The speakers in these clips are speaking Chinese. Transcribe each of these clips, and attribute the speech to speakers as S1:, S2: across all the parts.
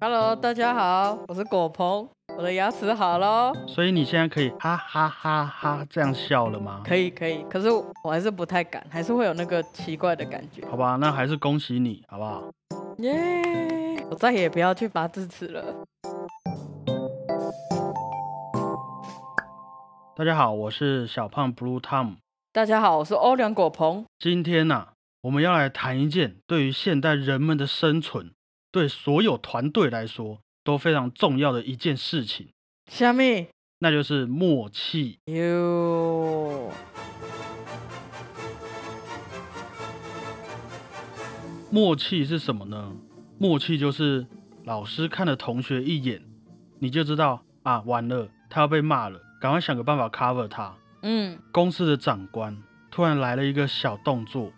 S1: Hello，大家好，我是果鹏，我的牙齿好喽，
S2: 所以你现在可以哈哈哈哈这样笑了吗？
S1: 可以可以，可是我还是不太敢，还是会有那个奇怪的感觉。
S2: 好吧，那还是恭喜你，好不好？
S1: 耶、我再也不要去拔智齿了。
S2: 大家好，我是小胖 Blue Tom。
S1: 大家好，我是欧良果鹏。
S2: 今天呐、我们要来谈一件对于现代人们的生存，对所有团队来说都非常重要的一件事情，
S1: 虾米
S2: 那就是默契。
S1: 哟，
S2: 默契是什么呢？默契就是老师看了同学一眼，你就知道啊，完了，他要被骂了，赶快想个办法 cover 他。
S1: 嗯，
S2: 公司的长官突然来了一个小动作，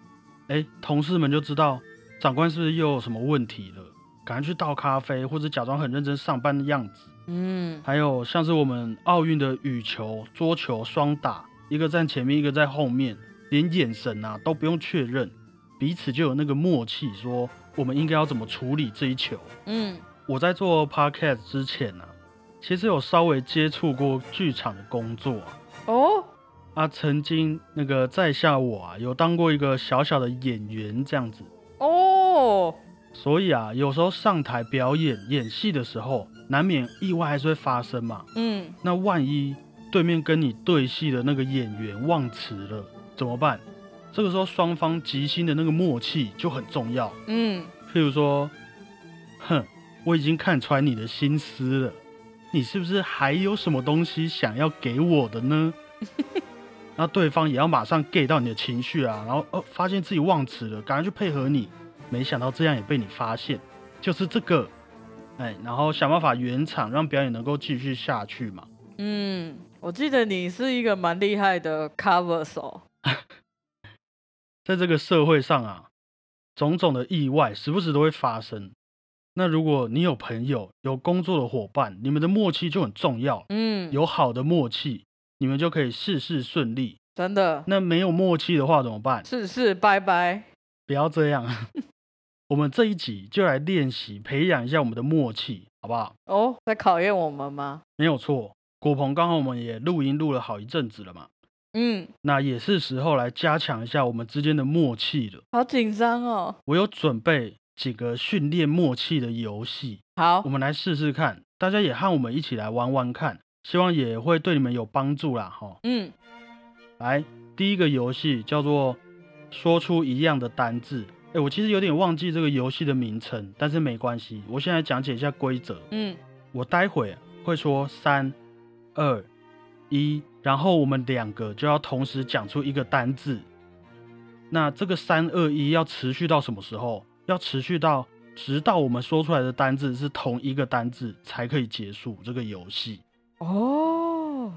S2: 哎，同事们就知道长官是不是又有什么问题了，赶快去倒咖啡或者假装很认真上班的样子。
S1: 嗯，
S2: 还有像是我们奥运的羽球、桌球双打，一个站前面，一个在后面，连眼神啊都不用确认，彼此就有那个默契，说我们应该要怎么处理这一球。
S1: 嗯，
S2: 我在做 podcast 之前呢、啊，其实有稍微接触过剧场的工作啊、
S1: 哦，
S2: 啊，曾经那个在下我啊，有当过一个小小的演员这样子，
S1: 哦，
S2: 所以啊，有时候上台表演演戏的时候，难免意外还是会发生嘛。
S1: 嗯，
S2: 那万一对面跟你对戏的那个演员忘词了，怎么办？这个时候双方即兴的那个默契就很重要。
S1: 嗯，
S2: 譬如说，哼，我已经看穿你的心思了，你是不是还有什么东西想要给我的呢？那对方也要马上 get 到你的情绪啊，然后哦，发现自己忘词了，赶快去配合你。没想到这样也被你发现，就是这个，哎，然后想办法圆场，让表演能够继续下去嘛。
S1: 嗯，我记得你是一个蛮厉害的 cover 手。
S2: 在这个社会上啊，种种的意外时不时都会发生。那如果你有朋友、有工作的伙伴，你们的默契就很重要。
S1: 嗯，
S2: 有好的默契，你们就可以事事顺利。
S1: 真的，
S2: 那没有默契的话怎么办？
S1: 是是，拜拜。
S2: 不要这样。我们这一集就来练习培养一下我们的默契，好不好？
S1: 哦，在考验我们吗？
S2: 没有错，果鹏刚好我们也录音录了好一阵子了嘛，
S1: 嗯，
S2: 那也是时候来加强一下我们之间的默契了。
S1: 好紧张哦。
S2: 我有准备几个训练默契的游戏，
S1: 好
S2: 我，们来试试看，大家也和我们一起来玩玩看，希望也会对你们有帮助啦，哈。
S1: 嗯，
S2: 来，第一个游戏叫做说出一样的单字。哎，我其实有点忘记这个游戏的名称，但是没关系，我现在讲解一下规则。
S1: 嗯，
S2: 我待会会说三、二、一，然后我们两个就要同时讲出一个单字。那这个三、二、一要持续到什么时候？要持续到直到我们说出来的单字是同一个单字才可以结束这个游戏。
S1: 哦，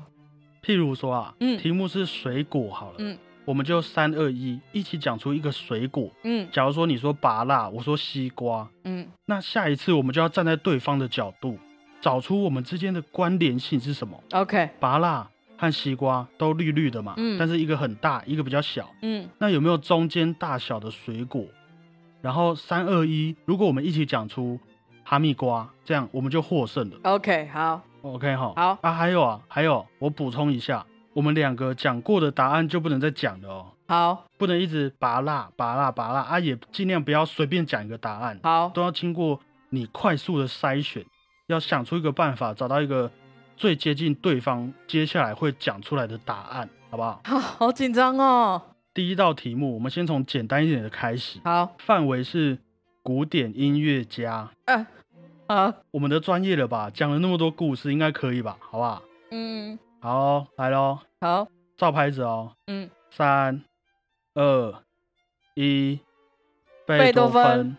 S2: 譬如说啊，
S1: 嗯
S2: 题目是水果好了，
S1: 嗯
S2: 我们就三二一一起讲出一个水果。
S1: 嗯
S2: 假如说你说芭辣，我说西瓜，
S1: 嗯
S2: 那下一次我们就要站在对方的角度，找出我们之间的关联性是什么。
S1: ，OK，
S2: 芭辣和西瓜都绿绿的嘛，
S1: 嗯
S2: 但是一个很大，一个比较小，
S1: 嗯
S2: 那有没有中间大小的水果？然后三二一，如果我们一起讲出哈密瓜，这样我们就获胜了。
S1: ，OK，好，
S2: OK 哈，
S1: 好
S2: 啊，还有啊，还有，我补充一下，我们两个讲过的答案就不能再讲了哦，
S1: 好，
S2: 不能一直拔蜡拔蜡拔蜡啊，也尽量不要随便讲一个答案，
S1: 好，
S2: 都要经过你快速的筛选，要想出一个办法，找到一个最接近对方接下来会讲出来的答案，好不好？
S1: 好，好紧张哦。
S2: 第一道题目，我们先从简单一点的开始，
S1: 好，
S2: 范围是古典音乐家，
S1: 嗯、好，
S2: 我们的专业了吧？讲了那么多故事，应该可以吧？好不好？
S1: 嗯，
S2: 好，来喽。
S1: 好，
S2: 照拍子哦，
S1: 嗯，
S2: 三、二、一，
S1: 贝多芬
S2: 芬。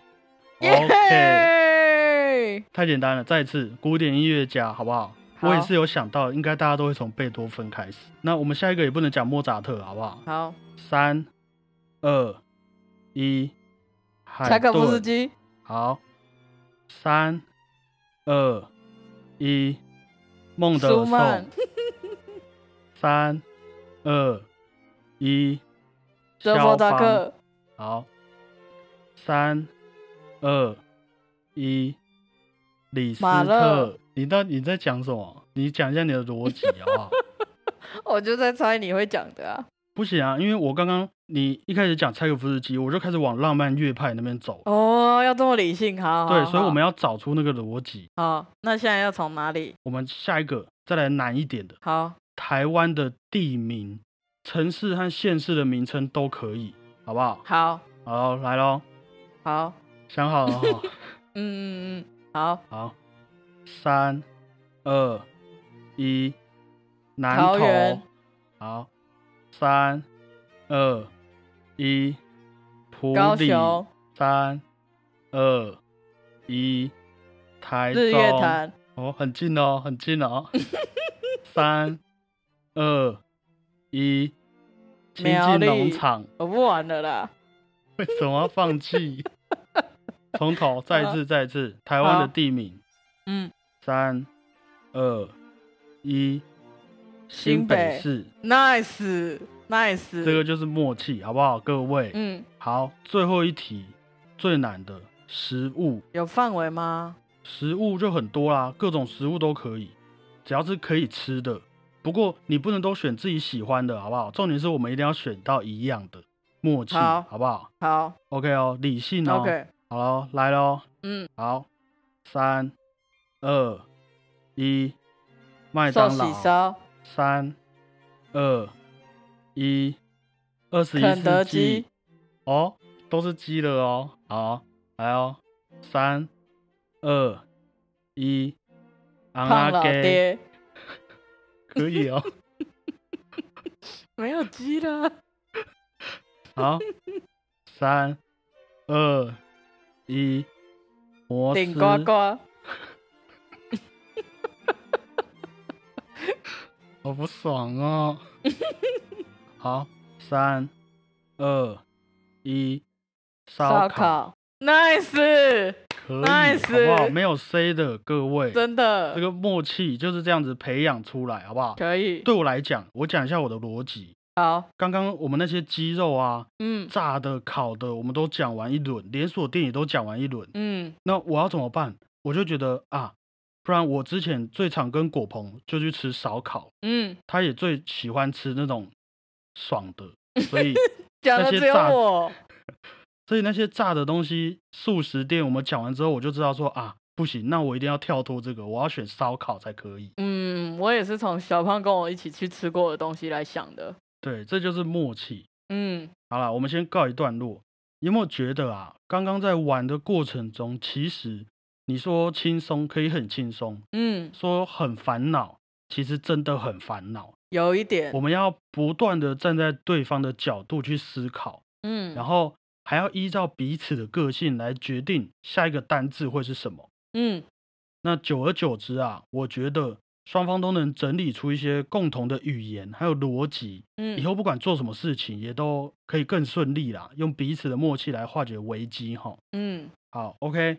S1: 耶
S2: OK，太简单了，再一次，古典音乐家，好不好？
S1: 好
S2: 我也是有想到，应该大家都会从贝多芬开始。那我们下一个也不能讲莫扎特，好不好？
S1: 好，
S2: 三、二、一，
S1: 柴
S2: 海
S1: 可夫斯
S2: 顿。
S1: 基，
S2: 好，三、二、一，孟德
S1: 舒
S2: 尔
S1: 曼
S2: 颂。，三、二、一，
S1: 德
S2: 肖
S1: 弗扎
S2: 邦
S1: 克，
S2: 好，三、二、一，李斯
S1: 马勒
S2: 特，你到底在讲什么？你讲一下你的逻辑好不 好？
S1: 我就在猜你会讲的啊。
S2: 不行啊，因为我刚刚你一开始讲柴可夫斯基，我就开始往浪漫乐派那边走。
S1: 哦，要这么理性，好。
S2: 对，
S1: 好
S2: 所以我们
S1: 好
S2: 要找出那个逻辑。
S1: 好，那现在要从哪里？
S2: 我们下一个再来难一点的，
S1: 好，
S2: 台湾的地名、城市和县市的名称都可以，好不好？
S1: 好，
S2: 好，来喽，
S1: 好，
S2: 想好了哈。
S1: 嗯嗯嗯，好，
S2: 好，三、二、一，南
S1: 桃
S2: 投
S1: 园。
S2: 好，三、二、一，普
S1: 高
S2: 里。
S1: 雄
S2: 三、二、一，台中。
S1: 日月潭，
S2: 哦，很近哦，很近哦。三、二、一，亲
S1: 苗
S2: 近农
S1: 栗
S2: 场。
S1: 我不玩了啦。
S2: 为什么要放弃？ 从头再一次，再一次，台湾
S1: 好
S2: 的地名。
S1: 嗯，
S2: 三、二、一，
S1: 新
S2: 新北
S1: 北
S2: 市，
S1: nice nice，
S2: 这个就是默契，好不好，各位？
S1: 嗯，
S2: 好，最后一题，最难的食物，
S1: 有范围吗？
S2: 食物就很多啦，各种食物都可以，只要是可以吃的。不过你不能都选自己喜欢的，好不好？重点是我们一定要选到一样的，默契，
S1: 好
S2: 不好
S1: 好
S2: ？OK 哦，理性哦。
S1: ，OK，
S2: 好咯，来喽。
S1: 嗯，
S2: 好，三、二、一，麦
S1: 寿
S2: 当
S1: 喜
S2: 劳。
S1: 烧，
S2: 三、二、一，二十一
S1: 肯德
S2: 世纪
S1: 基。
S2: 哦，都是鸡了哦。好，来哦，三、二、一，昂
S1: 胖老
S2: 给，
S1: 爹，
S2: 可以哦。
S1: 没有鸡了。
S2: 好，三、二、一，摩
S1: 顶
S2: 斯。
S1: 呱呱，
S2: 好不爽哦！好，三、二、一，烧
S1: 烧
S2: 烤
S1: 烤，nice，
S2: 可以
S1: nice
S2: 好不好？没有 C 的各位，
S1: 真的
S2: 这个默契就是这样子培养出来，好不好？
S1: 可以。
S2: 对我来讲，我讲一下我的逻辑。
S1: 好，
S2: 刚刚我们那些鸡肉啊，
S1: 嗯
S2: 炸的、烤的，我们都讲完一轮，连锁店也都讲完一轮。
S1: 嗯，
S2: 那我要怎么办？我就觉得啊，不然我之前最常跟果鹏就去吃烧烤，
S1: 嗯，
S2: 他也最喜欢吃那种爽的，所以
S1: 讲
S2: 那
S1: 的
S2: 些
S1: 只有
S2: 炸
S1: 我，
S2: 所以那些炸的东西，素食店我们讲完之后，我就知道说啊，不行，那我一定要跳脱这个，我要选烧烤才可以。
S1: 嗯，我也是从小胖跟我一起去吃过的东西来想的，
S2: 对，这就是默契。
S1: 嗯，
S2: 好了，我们先告一段落。有没有觉得啊，刚刚在玩的过程中，其实你说轻松可以很轻松，
S1: 嗯，
S2: 说很烦恼，其实真的很烦恼。
S1: 有一点
S2: 我，们要不断的站在对方的角度去思考，
S1: 嗯，
S2: 然后还要依照彼此的个性来决定下一个单字会是什么。
S1: 嗯，
S2: 那久而久之啊，我觉得双方都能整理出一些共同的语言，还有逻辑，
S1: 嗯
S2: 以后不管做什么事情也都可以更顺利啦，用彼此的默契来化解危机哈。
S1: 嗯，
S2: 好，OK，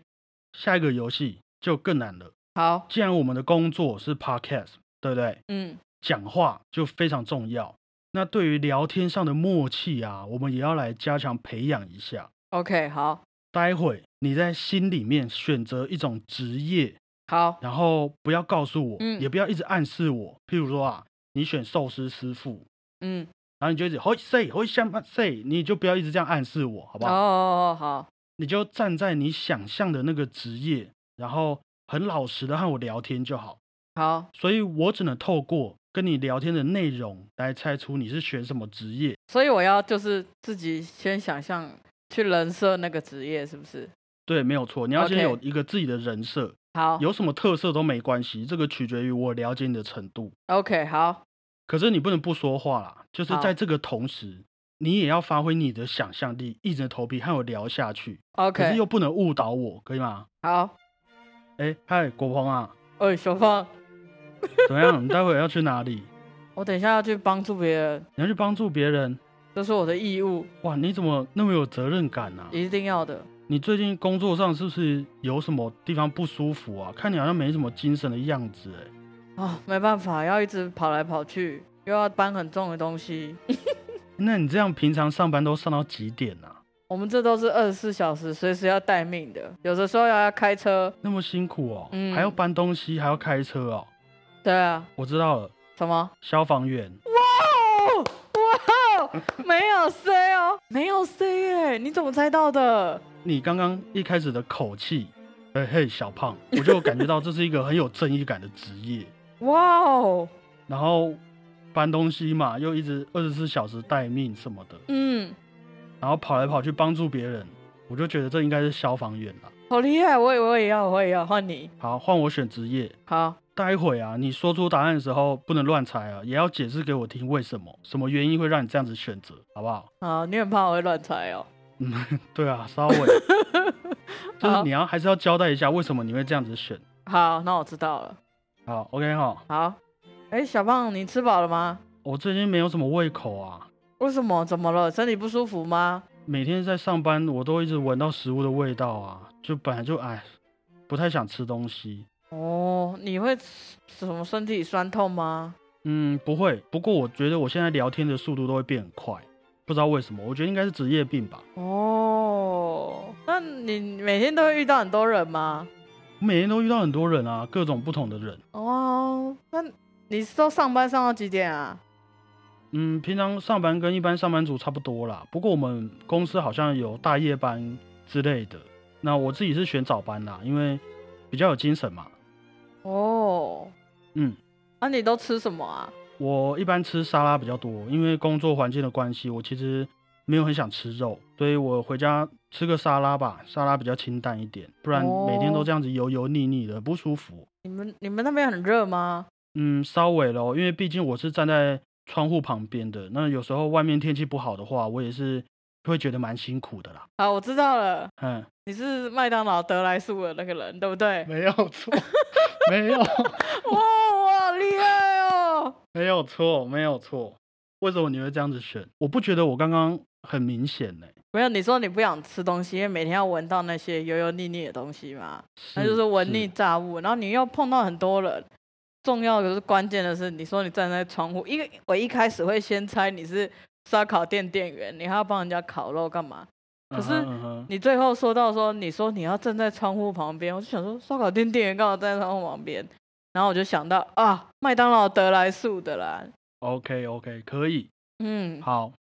S2: 下一个游戏就更难了。
S1: 好，
S2: 既然我们的工作是 Podcast，对不对？
S1: 嗯，
S2: 讲话就非常重要。那对于聊天上的默契啊，我们也要来加强培养一下。
S1: OK，好，
S2: 待会你在心里面选择一种职业，
S1: 好，
S2: 然后不要告诉我，
S1: 嗯
S2: 也不要一直暗示我。譬如说啊，你选寿司师傅，
S1: 嗯，
S2: 然后你就一直好 say 好想 say，你就不要一直这样暗示我，好不
S1: 哦
S2: 好？
S1: 哦哦，好，
S2: 你就站在你想象的那个职业，然后很老实的和我聊天就好。
S1: 好，
S2: 所以我只能透过跟你聊天的内容来猜出你是选什么职业。
S1: 所以我要就是自己先想象去人设那个职业是不是？
S2: 对，没有错，你要先
S1: OK 哦
S2: 有一个自己的人设，
S1: 好
S2: 有什么特色都没关系，这个取决于我了解你的程度。
S1: ，OK，好，
S2: 可是你不能不说话啦，就是
S1: 好
S2: 在这个同时，你也要发挥你的想象力，硬着头皮和我聊下去。可是
S1: OK，
S2: 又不能误导我，可以吗？
S1: 好，
S2: 哎，嗨，国鹏啊，
S1: 哎，小芳，
S2: 怎么样？你待会要去哪里？
S1: 我等一下要去帮助别人，
S2: 你要去帮助别人？
S1: 这是我的义务，
S2: 哇，你怎么那么有责任感啊？
S1: 一定要的。
S2: 你最近工作上是不是有什么地方不舒服啊？看你好像没什么精神的样子、哎，
S1: 啊、没办法，要一直跑来跑去，又要搬很重的东西。
S2: 那你这样平常上班都上到几点啊？
S1: 我们这都是二十四小时随时要待命的，有的时候要开车。
S2: 那么辛苦哦，
S1: 嗯
S2: 还要搬东西，还要开车哦。
S1: 对啊，
S2: 我知道了，
S1: 什么？
S2: 消防员。
S1: 哦，哇哦，没有 C 哦，没有 C 哎，你怎么猜到的？
S2: 你刚刚一开始的口气，嘿嘿，小胖，我就感觉到这是一个很有正义感的职业。
S1: 哇哦，
S2: 然后搬东西嘛，又一直二十四小时待命什么的，
S1: 嗯，
S2: 然后跑来跑去帮助别人，我就觉得这应该是消防员啦。
S1: 好厉害，我也我也要，我也要，换你。
S2: 好，换我选职业。
S1: 好，
S2: 待会啊，你说出答案的时候不能乱猜啊，也要解释给我听为什么，什么原因会让你这样子选择，好不好？
S1: 好，你很怕我会乱猜哦。
S2: 嗯，对啊，稍微，就是你要还是要交代一下为什么你会这样子选。
S1: 好，那我知道了。
S2: 好，OK 哈，
S1: 好，哎，小胖，你吃饱了吗？
S2: 我最近没有什么胃口啊，
S1: 为什么？怎么了？身体不舒服吗？
S2: 每天在上班我都一直闻到食物的味道啊，就本来就哎，不太想吃东西。
S1: 哦，你会吃什么身体酸痛吗？
S2: 嗯，不会，不过我觉得我现在聊天的速度都会变很快，不知道为什么，我觉得应该是职业病吧。
S1: 哦，那你每天都会遇到很多人吗？
S2: 我每天都遇到很多人啊，各种不同的人。
S1: 哦，那你是都上班上到几点啊？
S2: 嗯，平常上班跟一般上班族差不多啦，不过我们公司好像有大夜班之类的。那我自己是选早班啦，因为比较有精神嘛。
S1: 哦，
S2: 嗯，
S1: 那、你都吃什么啊？
S2: 我一般吃沙拉比较多，因为工作环境的关系，我其实没有很想吃肉，所以我回家吃个沙拉吧，沙拉比较清淡一点，不然每天都这样子油油腻腻的，不舒服。
S1: 你们你们那边很热吗？
S2: 嗯，稍微咯，因为毕竟我是站在窗户旁边的，那有时候外面天气不好的话，我也是会觉得蛮辛苦的啦。
S1: 好，我知道了，
S2: 嗯，
S1: 你是麦当劳得来速的那个人，对不对？
S2: 没有错， 没有，
S1: 哇，我好厉害哦！
S2: 没有错，没有错。为什么你会这样子选？我不觉得我刚刚很明显呢、
S1: 没有，你说你不想吃东西，因为每天要闻到那些油油腻腻的东西嘛，那就是闻腻炸物。然后你又碰到很多人，重要的是关键的是，你说你站在窗户，因为我一开始会先猜你是烧烤店店员，你还要帮人家烤肉干嘛？可是
S2: 嗯哼嗯哼
S1: 你最后说到说，你说你要站在窗户旁边，我就想说烧烤店店员刚好站在窗户旁边，然后我就想到啊，麦当劳得来速的啦，
S2: OK OK，可以。
S1: 嗯，
S2: 好，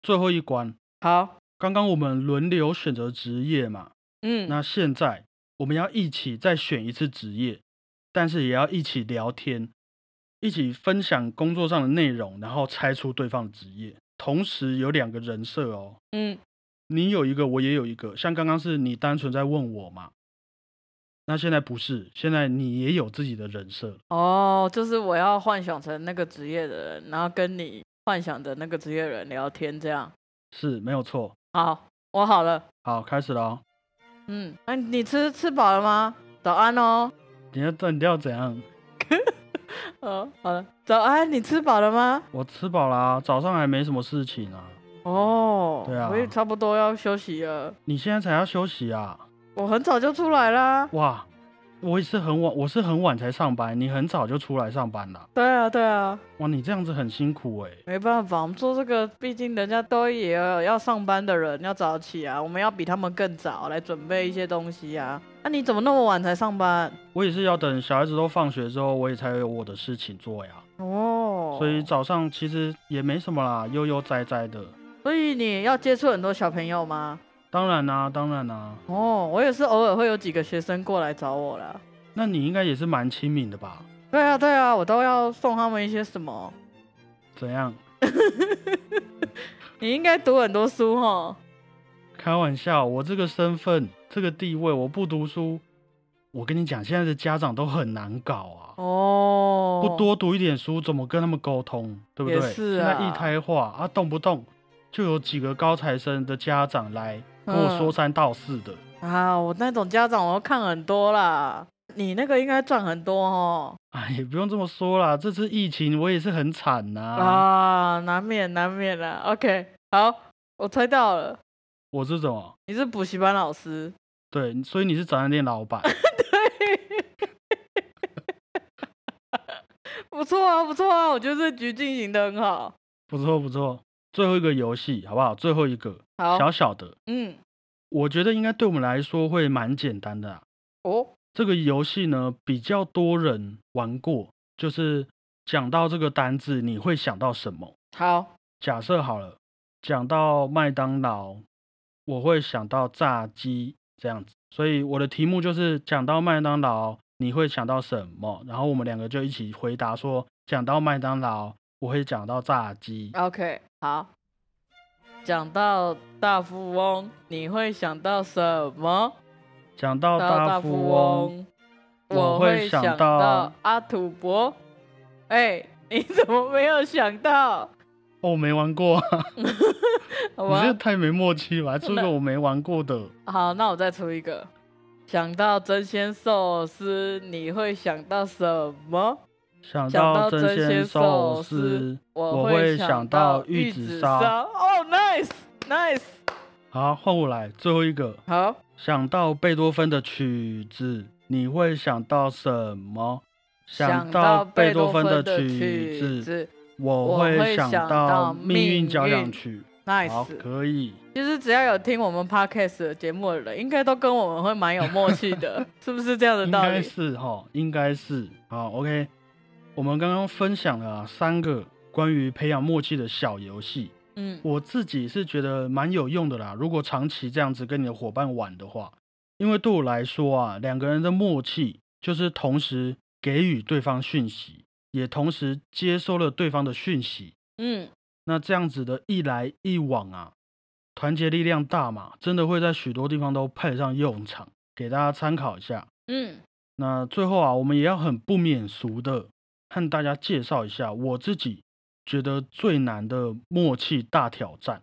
S2: 最后一关，
S1: 好，
S2: 刚刚我们轮流选择职业嘛，
S1: 嗯，
S2: 那现在我们要一起再选一次职业，但是也要一起聊天，一起分享工作上的内容，然后猜出对方的职业。同时有两个人设哦，
S1: 嗯，
S2: 你有一个，我也有一个。像刚刚是你单纯在问我嘛，那现在不是，现在你也有自己的人设了。
S1: 哦，就是我要幻想成那个职业的人，然后跟你幻想的那个职业人聊天，这样，
S2: 是没有错。
S1: 好，我好了，
S2: 好，开始了哦。
S1: 嗯，那、你吃吃饱了吗？早安哦，
S2: 你要你要怎样？
S1: 哦，好了，早安，你吃饱了吗？
S2: 我吃饱啦、早上还没什么事情啊。
S1: 哦，
S2: 对啊
S1: 我也差不多要休息了，
S2: 你现在才要休息啊？
S1: 我很早就出来啦。
S2: 哇，我也是很晚，我是很晚才上班，你很早就出来上班了。
S1: 对啊，对啊，
S2: 哇，你这样子很辛苦哎、
S1: 没办法，我们做这个，毕竟人家都也有要上班的人，要早起啊，我们要比他们更早来准备一些东西啊。那、你怎么那么晚才上班？
S2: 我也是要等小孩子都放学之后，我也才有我的事情做呀。
S1: 哦，
S2: 所以早上其实也没什么啦，悠悠哉哉的。
S1: 所以你要接触很多小朋友吗？
S2: 当然啦、当然啦、啊
S1: 哦，我也是偶尔会有几个学生过来找我啦。
S2: 那你应该也是蛮亲民的吧？
S1: 对啊，对啊，我都要送他们一些什么？
S2: 怎样？
S1: 你应该读很多书哦。
S2: 开玩笑，我这个身份、这个地位，我不读书，我跟你讲，现在的家长都很难搞啊。
S1: 哦，
S2: 不多读一点书，怎么跟他们沟通，对不
S1: 也
S2: 对？
S1: 是
S2: 现在一
S1: 啊
S2: 胎化啊，动不动就有几个高材生的家长来跟我说
S1: 嗯
S2: 三道四的。
S1: 啊，我那种家长我都看很多啦。你那个应该赚很多哦。
S2: 哎，也不用这么说啦，这次疫情我也是很惨呐、
S1: 啊，难免难免啦。OK，好，我猜到了，
S2: 我是怎么？
S1: 你是补习班老师。
S2: 对，所以你是早餐店老板，
S1: 不错啊，不错啊，我觉得这局进行的很好。
S2: 不错不错。最后一个游戏好不好？最后一个
S1: 好，
S2: 小小的，
S1: 嗯，
S2: 我觉得应该对我们来说会蛮简单的啊。
S1: 哦，
S2: 这个游戏呢比较多人玩过，就是讲到这个单字，你会想到什么？
S1: 好，
S2: 假设好了，讲到麦当劳，我会想到炸鸡这样子，所以我的题目就是讲到麦当劳，你会想到什么？然后我们两个就一起回答说，讲到麦当劳，我会讲到炸鸡。
S1: OK，好。讲到大富翁，你会想到什么？
S2: 讲到大富翁，，我
S1: 我
S2: 会想
S1: 想
S2: 到
S1: 阿土伯。哎、你怎么没有想到？
S2: 哦，我没玩过、 啊，
S1: 好
S2: 你这
S1: 吧，
S2: 太没默契了，还出一
S1: 那
S2: 个我没玩过的。
S1: 好，那我再出一个。想到真鲜寿司，你会想到什么？
S2: 想
S1: 想
S2: 到
S1: 到
S2: 真
S1: 真
S2: 鲜
S1: 鲜
S2: 寿
S1: 寿
S2: 司
S1: 司，
S2: 我会
S1: 会
S2: 想到
S1: 到
S2: 玉
S1: 玉
S2: 子
S1: 子
S2: 烧
S1: 哦、n i c e nice。
S2: 好，换我来，最后一个。
S1: 好，
S2: 想到贝多芬的曲子，你会想到什么？到
S1: 到
S2: 贝
S1: 多
S2: 芬
S1: 的
S2: 曲
S1: 子
S2: 子，我
S1: 我
S2: 会
S1: 会
S2: 想
S1: 想
S2: 到
S1: 到
S2: 命运
S1: 命
S2: 交响
S1: 运
S2: 曲。好，
S1: nice。
S2: 可以。
S1: 其实只要有听我们 podcast 的节目的人，应该都跟我们会蛮有默契 的，是不是这样的
S2: 应
S1: 道
S2: 该
S1: 理？
S2: 是哈，应该是好，OK。我们刚刚分享了啊、三个关于培养默契的小游戏，
S1: 嗯，
S2: 我自己是觉得蛮有用的啦。如果长期这样子跟你的伙伴玩的话，因为对我来说啊，两个人的默契就是同时给予对方讯息，也同时接收了对方的讯息。
S1: 嗯，
S2: 那这样子的一来一往啊，团结力量大嘛，真的会在许多地方都派得上用场，给大家参考一下。
S1: 嗯，
S2: 那最后啊，我们也要很不免俗的和大家介绍一下我自己觉得最难的默契大挑战。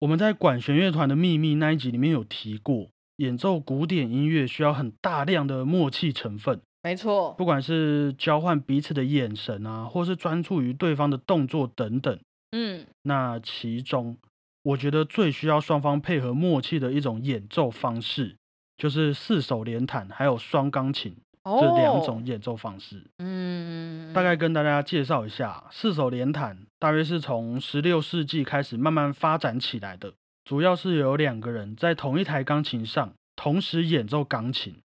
S2: 我们在管弦乐团的秘密那一集里面有提过，演奏古典音乐需要很大量的默契成分，
S1: 没错，
S2: 不管是交换彼此的眼神啊，或是专注于对方的动作等等。
S1: 嗯，
S2: 那其中，我觉得最需要双方配合默契的一种演奏方式，就是四手联弹，还有双钢琴。
S1: 哦，
S2: 这两种，演奏方式。
S1: 嗯，
S2: 大概跟大家介绍一下，四手联弹大约是从十六世纪开始慢慢发展起来的，主要是有两个人在同一台钢琴上同时演奏钢琴。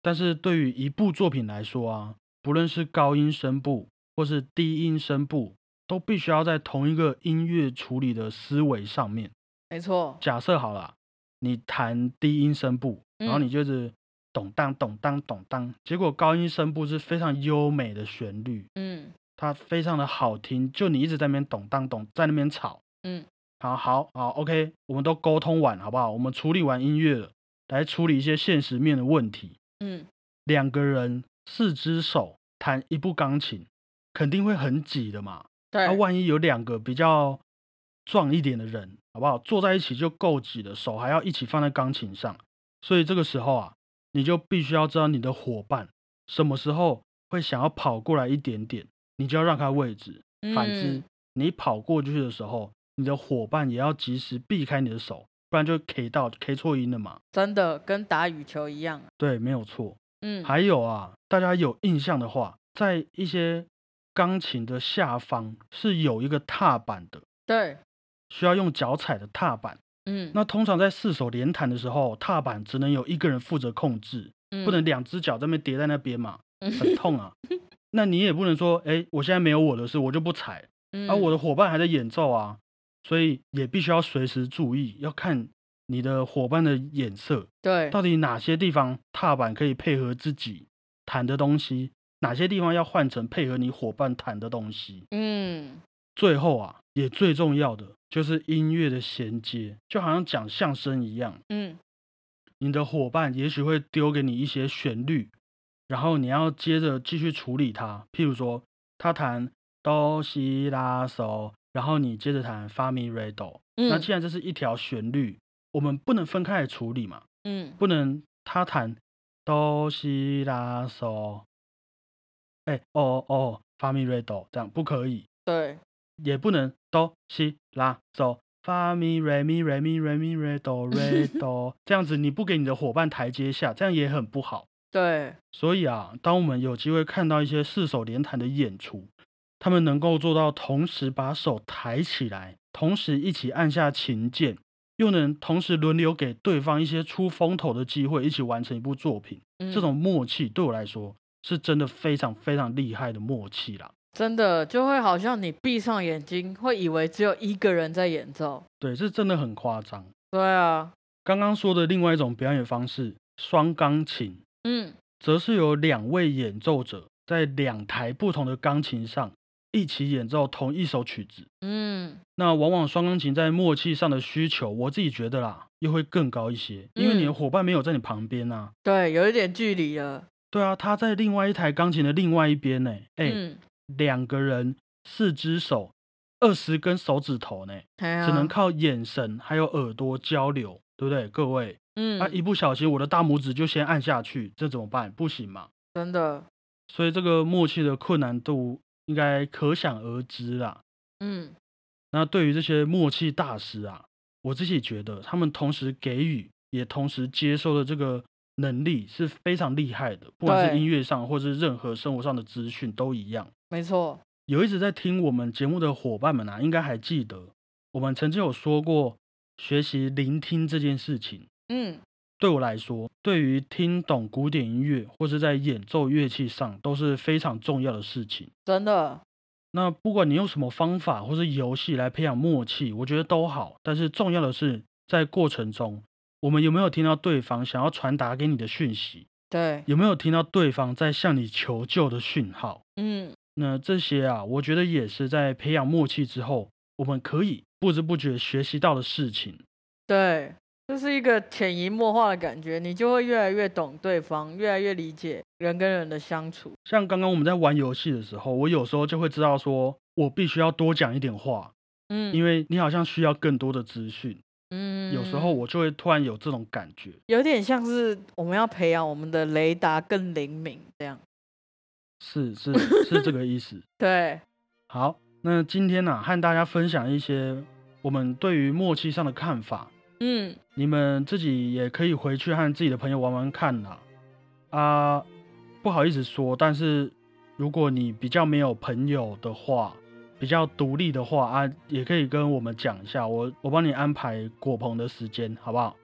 S2: 但是对于一部作品来说啊，不论是高音声部或是低音声部，都必须要在同一个音乐处理的思维上面。
S1: 没错，
S2: 假设好了，你弹低音声部，然后
S1: 嗯
S2: 你就是咚当咚当咚当，结果高音声部是非常优美的旋律，
S1: 嗯，
S2: 它非常的好听，就你一直在那边咚当咚，在那边吵，
S1: 嗯，
S2: 好好好，OK，我们都沟通完好不好？我们处理完音乐了，来处理一些现实面的问题。
S1: 嗯，
S2: 两个人四只手弹一部钢琴，肯定会很挤的嘛。
S1: 对，
S2: 那、万一有两个比较壮一点的人，好不好？坐在一起就够挤了，手还要一起放在钢琴上。所以这个时候啊，你就必须要知道你的伙伴什么时候会想要跑过来一点点，你就要让开位置。反之，
S1: 嗯
S2: 你跑过去的时候，你的伙伴也要及时避开你的手，不然就 K 到 K 错音了嘛。
S1: 真的跟打羽球一样，
S2: 对，没有错。
S1: 嗯，
S2: 还有啊，大家有印象的话，在一些钢琴的下方是有一个踏板的。
S1: 对，
S2: 需要用脚踩的踏板。
S1: 嗯，
S2: 那通常在四手连弹的时候，踏板只能有一个人负责控制，
S1: 嗯
S2: 不能两只脚在那边叠在那边嘛，很
S1: 嗯
S2: 痛 啊。那你也不能说，哎、我现在没有我的事，我就不踩，
S1: 嗯
S2: 而、啊我的伙伴还在演奏啊，所以也必须要随时注意，要看你的伙伴的眼色，
S1: 对，
S2: 到底哪些地方踏板可以配合自己弹的东西，哪些地方要换成配合你伙伴弹的东西。
S1: 嗯，
S2: 最后啊，也最重要的就是音乐的衔接，就好像讲相声一样，
S1: 嗯，
S2: 你的伙伴也许会丢给你一些旋律，然后你要接着继续处理它。譬如说，他弹哆西拉嗦，然后你接着弹发咪瑞哆。那
S1: 嗯，
S2: 既然这是一条旋律，我们不能分开来处理嘛，
S1: 嗯，
S2: 不能他弹哆西拉嗦，哎哦哦发咪瑞哆，这样不可以。
S1: 对，
S2: 也不能哆西拉嗦发咪瑞咪瑞咪瑞咪瑞哆瑞哆，这样子你不给你的伙伴台阶下，这样也很不好。
S1: 对，
S2: 所以啊，当我们有机会看到一些四手联弹的演出，他们能够做到同时把手抬起来，同时一起按下琴键，又能同时轮流给对方一些出风头的机会，一起完成一部作品。
S1: 嗯
S2: 这种默契对我来说是真的非常非常厉害的默契啦。
S1: 真的就会好像你闭上眼睛，会以为只有一个人在演奏。
S2: 对，这真的很夸张。
S1: 对啊，
S2: 刚刚说的另外一种表演方式，双钢琴，
S1: 嗯，
S2: 则是由两位演奏者在两台不同的钢琴上一起演奏同一首曲子。
S1: 嗯，
S2: 那往往双钢琴在默契上的需求，我自己觉得啦，又会更高一些，因为你的
S1: 嗯
S2: 伙伴没有在你旁边啊。
S1: 对，有一点距离了。
S2: 对啊，他在另外一台钢琴的另外一边呢、哎、
S1: 嗯，
S2: 两个人四只手，二十根手指头呢、
S1: 只
S2: 只能，靠眼神还有耳朵交流，对不对？各位，
S1: 嗯，
S2: 啊，一不小心我的大拇指就先按下去，这怎么办？不行嘛。
S1: 真的，
S2: 所以这个默契的困难度应该可想而知啦。
S1: 嗯，
S2: 那对于这些默契大师啊，我自己觉得他们同时给予也同时接收的这个能力是非常厉害的，不管是
S1: 对
S2: 音乐上或是任何生活上的资讯都一样。
S1: 没错，
S2: 有一直在听我们节目的伙伴们啊，应该还记得我们曾经有说过，学习聆听这件事情，
S1: 嗯，
S2: 对我来说，对于听懂古典音乐或是在演奏乐器上都是非常重要的事情。
S1: 真的，
S2: 那不管你用什么方法或是游戏来培养默契，我觉得都好。但是重要的是，在过程中，我们有没有听到对方想要传达给你的讯息？
S1: 对，
S2: 有没有听到对方在向你求救的讯号？
S1: 嗯，
S2: 那这些啊，我觉得也是在培养默契之后，我们可以不知不觉学习到的事情。
S1: 对，这是一个潜移默化的感觉，你就会越来越懂对方，越来越理解人跟人的相处。
S2: 像刚刚我们在玩游戏的时候，我有时候就会知道说，我必须要多讲一点话，
S1: 嗯，
S2: 因
S1: 为
S2: 为你好像需要更多的资讯。
S1: 嗯
S2: 有时候我就会突然有这种感觉。
S1: 有点像是我们要培养我们的雷达更灵敏这样。
S2: 是是是这个意思。
S1: 对，
S2: 好，那今天呢、和大家分享一些我们对于默契上的看法，
S1: 嗯，
S2: 你们自己也可以回去和自己的朋友玩玩看啦。啊，不好意思说，但是如果你比较没有朋友的话，比较独立的话啊，也可以跟我们讲一下，我我帮你安排果鹏的时间，好不好？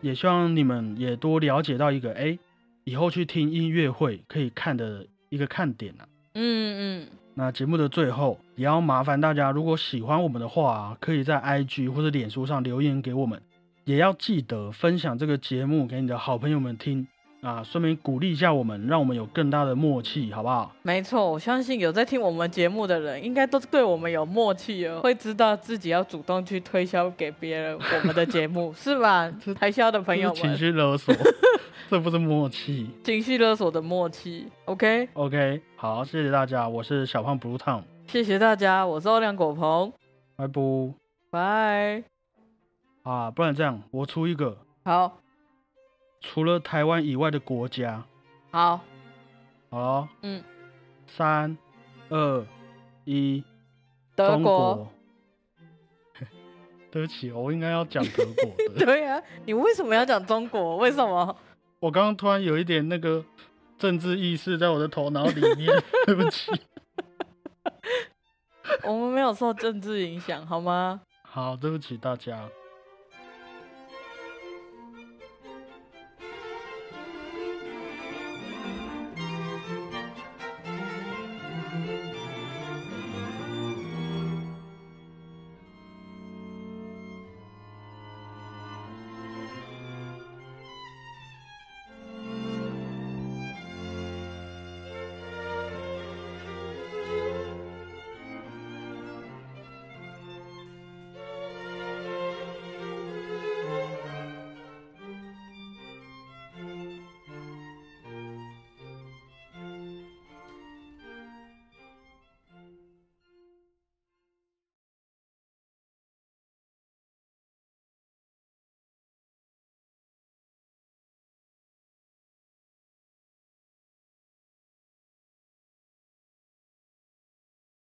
S2: 也希望你们也多了解到一个，哎、以后去听音乐会可以看的一个看点啊。
S1: 嗯嗯，
S2: 那节目的最后，也要麻烦大家，如果喜欢我们的话啊、可以在 IG 或者脸书上留言给我们，也要记得分享这个节目给你的好朋友们听啊，顺便鼓励一下我们，让我们有更大的默契，好不好？
S1: 没错，我相信有在听我们节目的人，应该都对我们有默契哦，会知道自己要主动去推销给别人我们的节目，是吧？台销的朋友
S2: 这是情
S1: 们，
S2: 绪勒 索，这不是默契。
S1: 情绪勒索的默契。OK，
S2: OK，好，谢谢大家，我是小胖 Blue Tom，
S1: 谢谢大家，我是欧亮果鹏，
S2: 拜不
S1: 拜。
S2: 啊，不然这样，我出一个，
S1: 好，
S2: 除了台湾以外的国家，
S1: 好，
S2: 好咯
S1: 嗯，
S2: 三二一。
S1: 德
S2: 中
S1: 国，
S2: 国。 对不起，我应该要讲德国的。
S1: 对啊，你为什么要讲中国？为什么？
S2: 我刚刚突然有一点那个政治意识在我的头脑里面，对不起。
S1: 我们没有受政治影响，好吗？
S2: 好，对不起大家。